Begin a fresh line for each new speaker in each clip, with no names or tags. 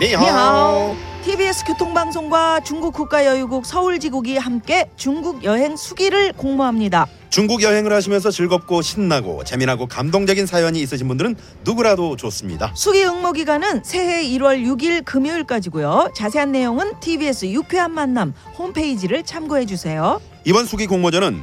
니하오.
니하오. TBS 교통방송과 중국 국가여유국 서울지국이 함께 중국 여행 수기를 공모합니다.
중국 여행을 하시면서 즐겁고 신나고 재미나고 감동적인 사연이 있으신 분들은 누구라도 좋습니다.
수기 응모 기간은 새해 1월 6일 금요일까지고요. 자세한 내용은 TBS 유쾌한 만남 홈페이지를 참고해 주세요.
이번 수기 공모전은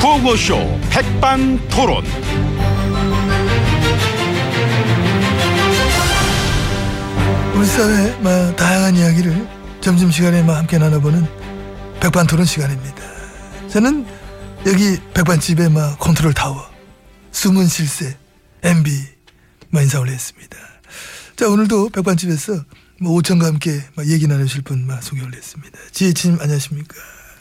구호쇼 백반토론.
우리 사회의 막 다양한 이야기를 점심시간에 막 함께 나눠보는 백반토론 시간입니다. 저는 여기 백반집의 막 컨트롤 타워, 숨은 실세, MB 막 인사 올렸습니다. 자 오늘도 백반집에서 뭐 오천과 함께 막 얘기 나누실 분막 소개 올렸습니다. 지혜진님 안녕하십니까?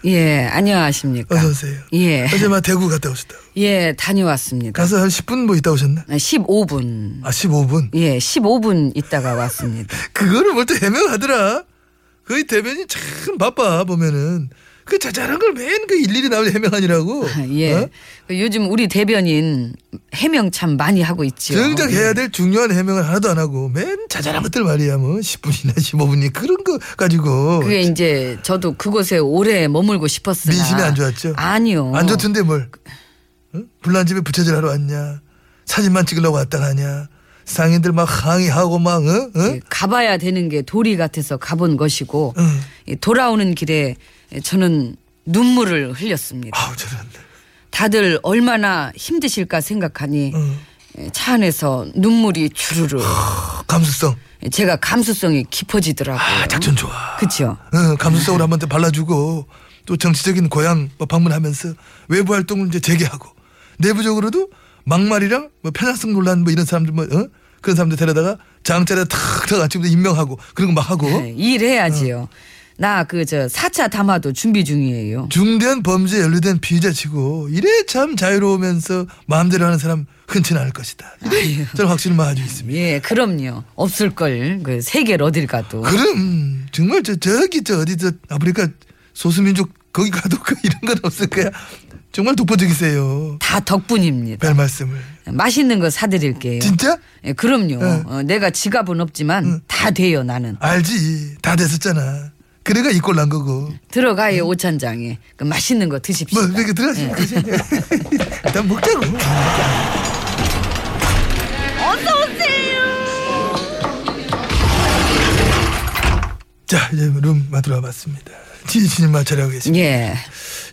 예, 안녕하십니까.
어서 오세요.
예,
어제 막 대구 갔다 오셨다고.
예, 다녀왔습니다.
가서 한 10분 뭐 있다 오셨나?
15분.
아 15분.
예, 15분 있다가 왔습니다.
그거를 뭘 또 해명하더라. 거의 대변이 참 바빠 보면은 그 자잘한 걸 맨 그 일일이 나올 해명하느라고.
예.
어?
그 요즘 우리 대변인 해명 참 많이 하고 있죠. 예.
정작 해야 될 중요한 해명을 하나도 안 하고 맨 자잘한 것들 말이야 뭐 10분이나 15분이 그런 거 가지고
그게 이제 저도 그곳에 오래 머물고 싶었으나
민심이 안 좋았죠?
아니요.
안 좋던데 뭘? 응? 불난 집에 부채질 하러 왔냐? 사진만 찍으려고 왔다 가냐? 상인들 막 항의하고 막 어? 응?
예,
응?
가봐야 되는 게 도리 같아서 가본 것이고
응.
예, 돌아오는 길에 저는 눈물을 흘렸습니다.
아우 저런.
다들 얼마나 힘드실까 생각하니
응.
예, 차 안에서 눈물이 주르르
감수성.
제가 감수성이 깊어지더라고요.
아 작전 좋아.
그렇죠.
응, 어, 감수성으로 한번 더 발라주고 또 정치적인 고향 뭐 방문하면서 외부 활동을 이제 재개하고 내부적으로도 막말이랑 뭐 편향성 논란 뭐 이런 사람들 뭐 어? 그런 사람들 데려다가 장자리에 탁 들어가지고 임명하고 그런 거 막 하고
네,
어.
일해야지요. 나 그 저 4차 담화도 준비 중이에요.
중대한 범죄에 연루된 피의자치고 이래 참 자유로우면서 마음대로 하는 사람 흔치 는 않을 것이다. 이래 저는 확신을 가지고 있습니다.
예, 그럼요. 없을 걸. 그 세계를 어딜 가도.
그럼 정말 저 저기 저 어디 저 아프리카 소수민족 거기 가도 그 이런 건 없을 거야. 정말 독보적이세요.
다 덕분입니다.
별 말씀을.
맛있는 거 사드릴게요.
진짜? 네.
예, 그럼요.
응.
어, 내가 지갑은 없지만 다 돼요, 나는.
알지. 다 됐었잖아. 그래가 이 꼴 난 거고.
들어가요, 오찬장에. 그 맛있는 거 드십시오.
뭐, 왜 이렇게 들어가지?
예.
일단 먹자고. 자, 이제 룸 마들어 봤습니다. 지지님 말 잘하고 계십니다.
예.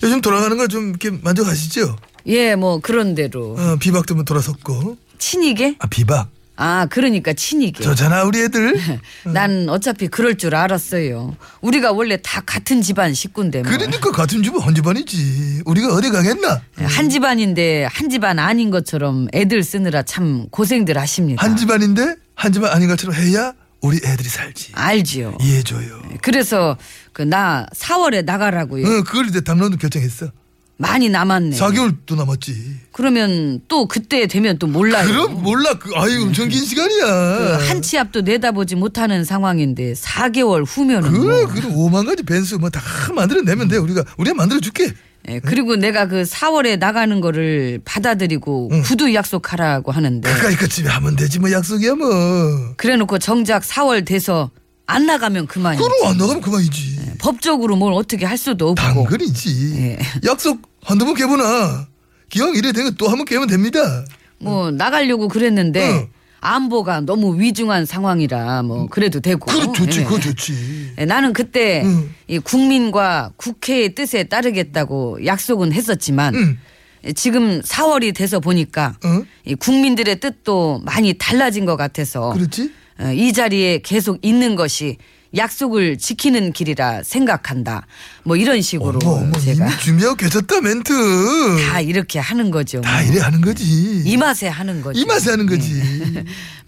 요즘 돌아가는 거 좀 이렇게 만족하시죠?
예, 뭐 그런 대로.
어, 비박도 뭐 돌아섰고.
친이게?
아, 비박.
아, 그러니까 친이게.
저잖아, 우리 애들.
난 어차피 그럴 줄 알았어요. 우리가 원래 다 같은 집안 식구인데 뭐.
그러니까 같은 집은 한 집안이지. 우리가 어디 가겠나?
예, 한 집안인데 한 집안 아닌 것처럼 애들 쓰느라 참 고생들 하십니다.
한 집안인데 한 집안 아닌 것처럼 해야 우리 애들이 살지.
아. 알지요.
이해해줘요.
그래서 그 나 4월에 나가라고요.
응, 그걸 이제 당론도 결정했어.
많이 네. 남았네.
4개월도 남았지.
그러면 또 그때 되면 또 몰라요.
그럼 몰라. 그, 아유, 엄청 긴
그
시간이야.
한치 앞도 내다보지 못하는 상황인데 4개월 후면은
그래,
뭐.
그래. 오만 가지 벤수 뭐 다 만들어내면 돼. 우리가, 우리가 만들어줄게.
예, 그리고 내가 그 4월에 나가는 거를 받아들이고 구두 약속하라고 하는데
가까이 그 집에 하면 되지. 뭐 약속이야, 뭐.
그래놓고 정작 4월 돼서 안 나가면 그만이지.
그럼 안 나가면
네.
그만이지.
법적으로 뭘 어떻게 할 수도 없고.
당근이지.
예.
약속 한두 번 깨보나. 기왕 이래 된 거 또 한 번 깨면 됩니다.
뭐 나가려고 그랬는데
응.
안보가 너무 위중한 상황이라 뭐 그래도 되고.
그래, 좋지.
예.
그거 좋지.
예, 나는 그때
응.
이 국민과 국회의 뜻에 따르겠다고 약속은 했었지만
응.
예, 지금 4월이 돼서 보니까
응?
이 국민들의 뜻도 어, 많이 달라진 것 같아서
그렇지?
어, 이 자리에 계속 있는 것이 약속을 지키는 길이라 생각한다. 뭐 이런 식으로
어머 어머
제가
이미 준비하고 계셨다 멘트.
다 이렇게 하는 거죠.
다
뭐.
이래 하는 거지.
이 맛에 하는 거죠.
이 맛에 하는 거지.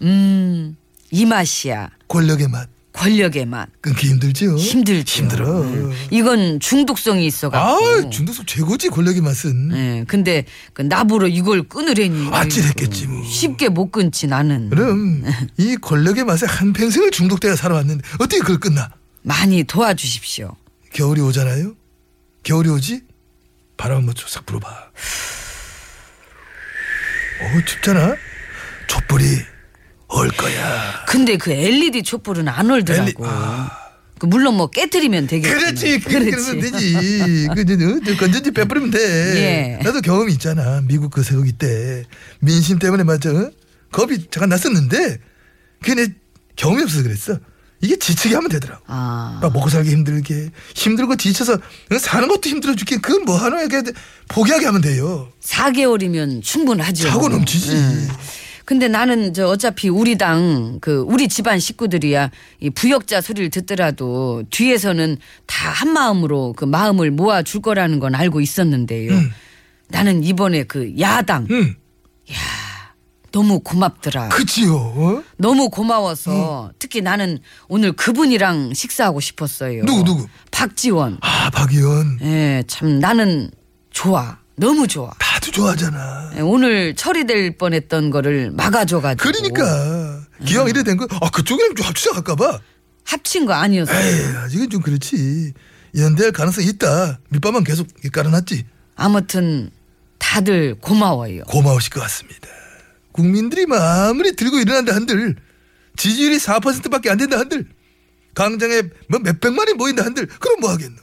음, 이 맛이야.
권력의 맛
권력의 맛.
끊기 힘들지요.
힘들죠.
어? 힘들어.
음. 이건 중독성이
아
있어가지고.
중독성 최고지 권력의 맛은.
예, 근데 그 나보러 이걸 끊으려니.
아찔했겠지, 뭐.
쉽게 못 끊지 나는.
그럼 이 권력의 맛에 한 평생을 중독되어 살아왔는데 어떻게 그걸 끝나?
많이 도와주십시오.
겨울이 오잖아요. 겨울이 오지? 바람 한번 쫙 불어봐. 어우 춥잖아. 촛불이 올 거야.
근데 그 LED 촛불은 안 올더라고.
LED
그 물론 뭐 깨뜨리면 되겠지.
아. 그렇지, 그러면 되지. 그 이제 어, 건전지 빼버리면 돼.
예.
나도 경험이 있잖아. 미국 그 세우기 때 민심 때문에 맞아. 어? 겁이 잠깐 났었는데 그게 내 경험이 없어서 그랬어. 이게 지치게 하면 되더라고.
아,
막 먹고 살기 힘들게 힘들고 지쳐서 어? 사는 것도 힘들어 죽게 그건 뭐 하나 이렇게 포기하게 하면 돼요.
4개월이면 충분하죠. 예.
차고 넘치지.
근데 나는 저 어차피 우리 당 그 우리 집안 식구들이야 이 부역자 소리를 듣더라도 뒤에서는 다 한 마음으로 그 마음을 모아 줄 거라는 건 알고 있었는데요.
음.
나는 이번에 그 야당
응,
너무
아.
고맙더라.
음. 그치요. 어?
너무
음.
고마워서 특히 나는 오늘 그분이랑 식사하고 싶었어요.
누구, 누구?
박지원.
아, 박 의원
예, 참 나는 좋아. 너무 좋아.
다들 좋아하잖아.
예, 오늘 처리될 뻔했던 거를 막아줘가지고.
그러니까 기왕 이래 된 거, 아 그쪽이랑 좀 합치자 할까봐.
합친 거 아니었어.
에이, 아직은 좀 그렇지. 연대할 가능성 이 있다. 밑밥만 계속 깔아놨지.
아무튼 다들 고마워요.
고마우실 것 같습니다. 국민들이 뭐 아무리 들고 일어난다 한들 지지율이 4%밖에 안 된다 한들 강장에 뭐 몇백만이 모인다 한들 그럼 뭐 하겠노?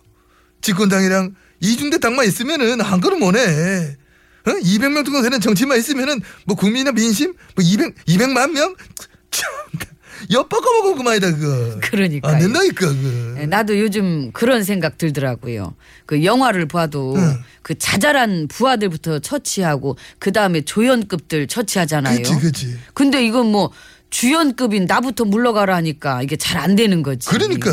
집권당이랑 이중대 당만 있으면은 한 걸음 오네. 어? 200명 정도 되는 정치만 있으면은 뭐 국민이나 민심 뭐 200, 200만 명? 참, 엿바꿔먹은 그만이다 그거.
그러니까요.
안 된다니까 그거.
예, 나도 요즘 그런 생각 들더라고요. 그 영화를 봐도 그 자잘한 부하들부터 처치하고 그 다음에 조연급들 처치하잖아요.
그치 그치.
근데 이건 뭐 주연급인 나부터 물러가라 하니까 이게 잘 안 되는 거지.
그러니까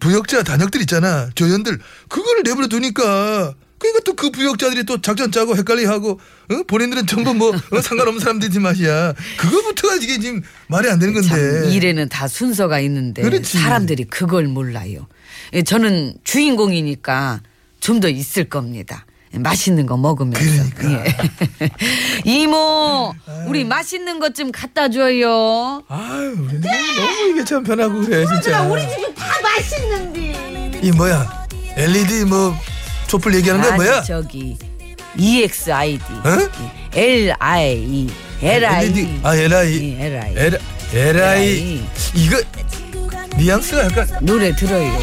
부역자 단역들 있잖아 조연들 그거를 내버려 두니까 그러니까 또 그 부역자들이 또 작전 짜고 헷갈리하고 어? 본인들은 전부 뭐 어, 상관없는 사람들이지 맛이야 그거부터가 이게 지금 말이 안 되는
참
건데
일에는 다 순서가 있는데
그렇지.
사람들이 그걸 몰라요. 예, 저는 주인공이니까 좀 더 있을 겁니다. 예, 맛있는 거 먹으면서.
그러니까.
예. 이모, 우리 맛있는 것 좀 갖다 줘요.
아유 우리 너무 이게 참 편하고 그래 진짜
우리 집이 다 맛있는데.
이 뭐야 LED 뭐 촛불 얘기하는 거야
아니,
뭐야
저기 E EXID.
어?
L I E L I
LED
E.
아 LI
예, L I.
LI LI
LI.
이거 뉘앙스가 약간
노래 들어요.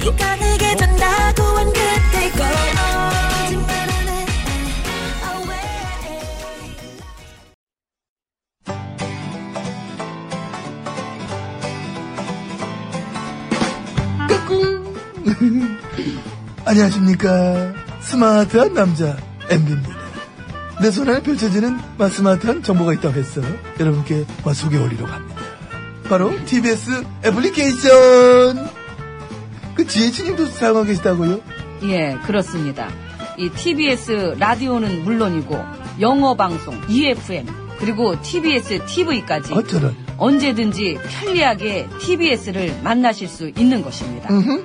네가 내게 전다고 한 그때 걸. 거짓말 안 해. Away.
안녕하십니까 스마트한 남자 MB입니다 내 손안에 펼쳐지는 마 스마트한 정보가 있다고 해서 여러분께 마 소개 올리려고 합니다 바로 TBS 애플리케이션 그 지혜진님도 사용하고 계시다고요?
예, 그렇습니다. 이 TBS 라디오는 물론이고 영어 방송, EFM, 그리고 TBS TV까지
어쩌면
언제든지 편리하게 TBS를 만나실 수 있는 것입니다.
음흠.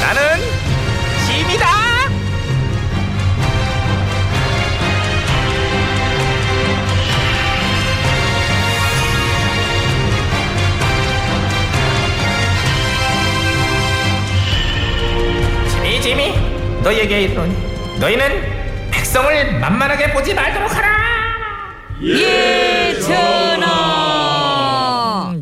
나는 짐이다.
이 짐이 너희에게 이르노니 너희는 백성을 만만하게 보지 말도록 하라
예,
예천아.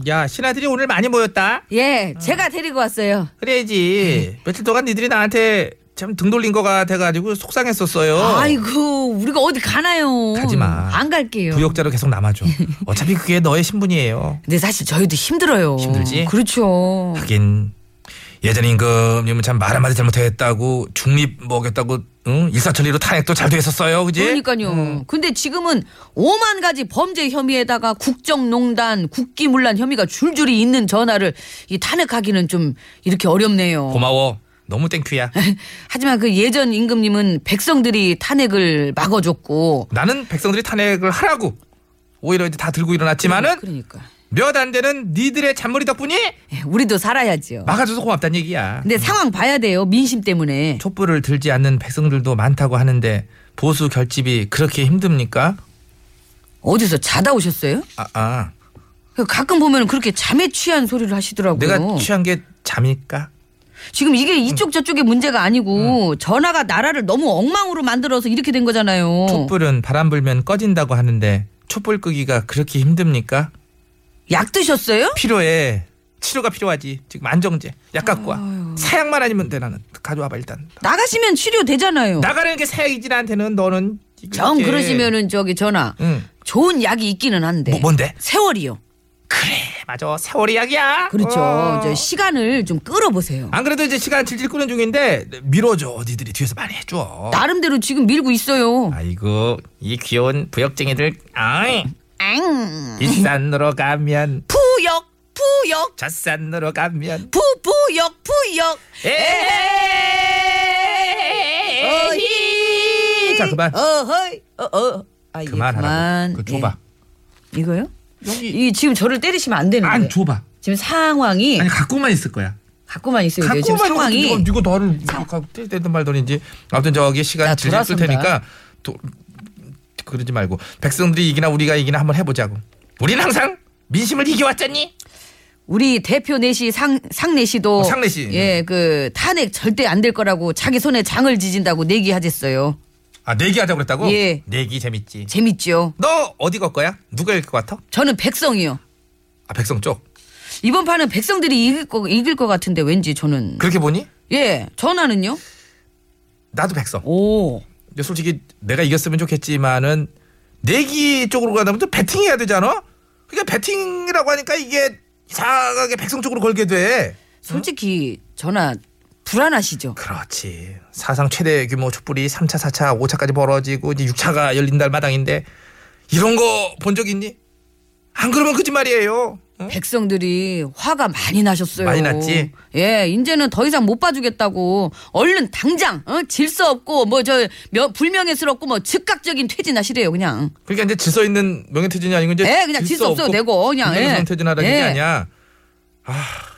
야 신하들이 오늘 많이 모였다.
예, 제가 데리고 왔어요.
그래야지. 며칠 동안 니들이 나한테 참 등 돌린 거가 돼가지고 속상했었어요.
아이고, 우리가 어디 가나요?
가지 마.
안 갈게요.
부역자로 계속 남아줘. 어차피 그게 너의 신분이에요.
근데 사실 저희도 힘들어요.
힘들지?
그렇죠.
하긴 예전 임금님은 참 말 한마디 잘못했다고 중립 먹였다고 응? 일사천리로 탄핵도 잘 됐었어요, 그지?
그러니까요. 근데 지금은 오만 가지 범죄 혐의에다가 국정농단, 국기문란 혐의가 줄줄이 있는 전화를 이 탄핵하기는 좀 이렇게 어렵네요.
고마워. 너무 땡큐야.
하지만 그 예전 임금님은 백성들이 탄핵을 막아줬고
나는 백성들이 탄핵을 하라고 오히려 이제 다 들고 일어났지만은
그러니까
몇 안 되는 니들의 잔머리 덕분이
예, 우리도 살아야지요.
막아줘서 고맙단 얘기야.
근데 상황 봐야 돼요. 민심 때문에.
촛불을 들지 않는 백성들도 많다고 하는데 보수 결집이 그렇게 힘듭니까?
어디서 자다 오셨어요?
아, 아.
가끔 보면 그렇게 잠에 취한 소리를 하시더라고요.
내가 취한 게 잠일까?
지금 이게 이쪽 저쪽의 문제가
음.
아니고 전화가 나라를 너무 엉망으로 만들어서 이렇게 된 거잖아요.
촛불은 바람 불면 꺼진다고 하는데 촛불 끄기가 그렇게 힘듭니까?
약 드셨어요?
필요해. 치료가 필요하지. 지금 안정제. 약 갖고 와. 사약만 아니면 돼 나는. 가져와봐 일단.
나가시면 치료 되잖아요.
나가는 게 사약이지 나한테는 너는. 이렇게.
정 그러시면은 저기 전화
응.
좋은 약이 있기는 한데
뭐, 뭔데?
세월이요.
그래 맞아 세월이 약이야.
그렇죠.
어. 아.
저 시간을 좀 끌어보세요.
안 그래도 이제 시간 질질 끄는 중인데 밀어줘. 니들이 뒤에서 많이 해줘.
나름대로 지금 밀고 있어요.
아이고 이 귀여운 부역쟁이들 아이 일산으로 가면
부역, 부역,
잣산으로 가면
부부역, 부역.
에헤이 자 그만
어허이, 어어. 아, 이게
그만하라고 그 줘봐
예. 이거요? 이 지금 저를 때리시면 안 되는데.
안 줘봐
지금 상황이
아니 갖고만 있을 거야
갖고만 있어요. 예. 네, 돼요. 지금
갖고만
상황이
있고 누가 너를 떼든 말든인지 아무튼 저기
나
시간 질질 끌
돌아선다.
테니까 도, 그러지 말고 백성들이 이기나 우리가 이기나 한번 해보자고 우리는 항상 민심을 이겨왔잖니
우리 대표 내시 상 상내시도
어, 상내시.
예, 그 탄핵 절대 안 될 거라고 자기 손에 장을 지진다고 내기하셨어요.
아 내기하자고 그랬다고
예.
내기 재밌지
재밌죠?
너 어디 걸 거야 누가 이길 것 같아
저는 백성이요.
아 백성 쪽
이번 판은 백성들이 이길 거 이길 것 같은데 왠지 저는
그렇게 보니
예, 전화는요?
나도 백성
오.
근데 솔직히 내가 이겼으면 좋겠지만은 내기 쪽으로 가다 보면 또 배팅해야 되잖아. 그러니까 배팅이라고 하니까 이게 이상하게 백성 쪽으로 걸게 돼.
솔직히 전화 불안하시죠?
그렇지. 사상 최대 규모 촛불이 3차, 4차, 5차까지 벌어지고 이제 6차가 열린 날 마당인데 이런 거 본 적 있니? 안 그러면 거짓말이에요. 어? 응?
백성들이 화가 많이 나셨어요.
많이 났지?
예, 이제는 더 이상 못 봐주겠다고 얼른 당장 어? 질서 없고 뭐 저 불명예스럽고 뭐 즉각적인 퇴진하시래요 그냥.
그러니까 이제 질서 있는 명예퇴진이 아니고 이제
예, 그냥 질서 없어도 되고 그냥, 예.
명예퇴진하라는 게
예.
아니야.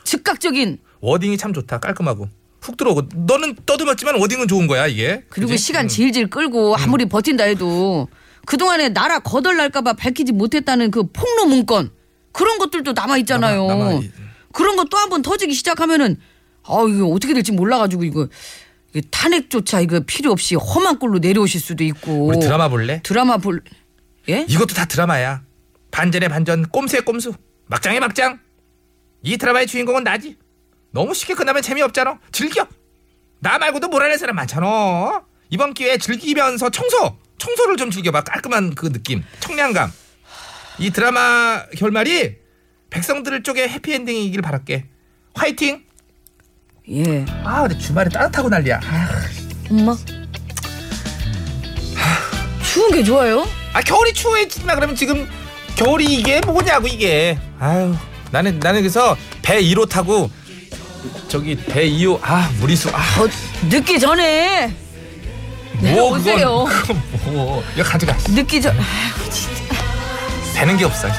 즉각적인
워딩이 참 좋다. 깔끔하고 훅 들어오고 너는 떠듬었지만 워딩은 좋은 거야 이게.
그리고
그지? 음.
시간 질질 끌고 아무리 버틴다 해도 그동안에 나라 거덜날까봐 밝히지 못했다는 그 폭로 문건 그런 것들도 남아 있잖아요.
남아- 남아 있-
그런 거 또 한 번 터지기 시작하면은 아 이거 어떻게 될지 몰라가지고 이거 이거 탄핵조차 이거 필요 없이 험한 꼴로 내려오실 수도 있고
우리 드라마 볼래?
드라마 볼 예?
이것도 다 드라마야. 반전의 반전, 꼼수의 꼼수, 막장의 막장. 이 드라마의 주인공은 나지. 너무 쉽게 끝나면 재미없잖아. 즐겨. 나 말고도 몰아낼 사람 많잖아. 이번 기회에 즐기면서 청소, 청소를 좀 즐겨봐. 깔끔한 그 느낌, 청량감. 이 드라마 결말이 백성들 쪽에 해피엔딩이길 바랄게. 화이팅.
예
아, 근데 주말에 따뜻하고 난리야. 아,
엄마 추운 게 좋아요?
아 겨울이 추워지나 그러면 지금 겨울이 이게 뭐냐고 이게 아유 나는 나는 그래서 배 2호 타고 저기 배 2호 아 무리수
더 늦기 전에
아뭐
네, 오세요.
그건 그건 뭐 이거 가져가
늦기 전
되는 게 없어
이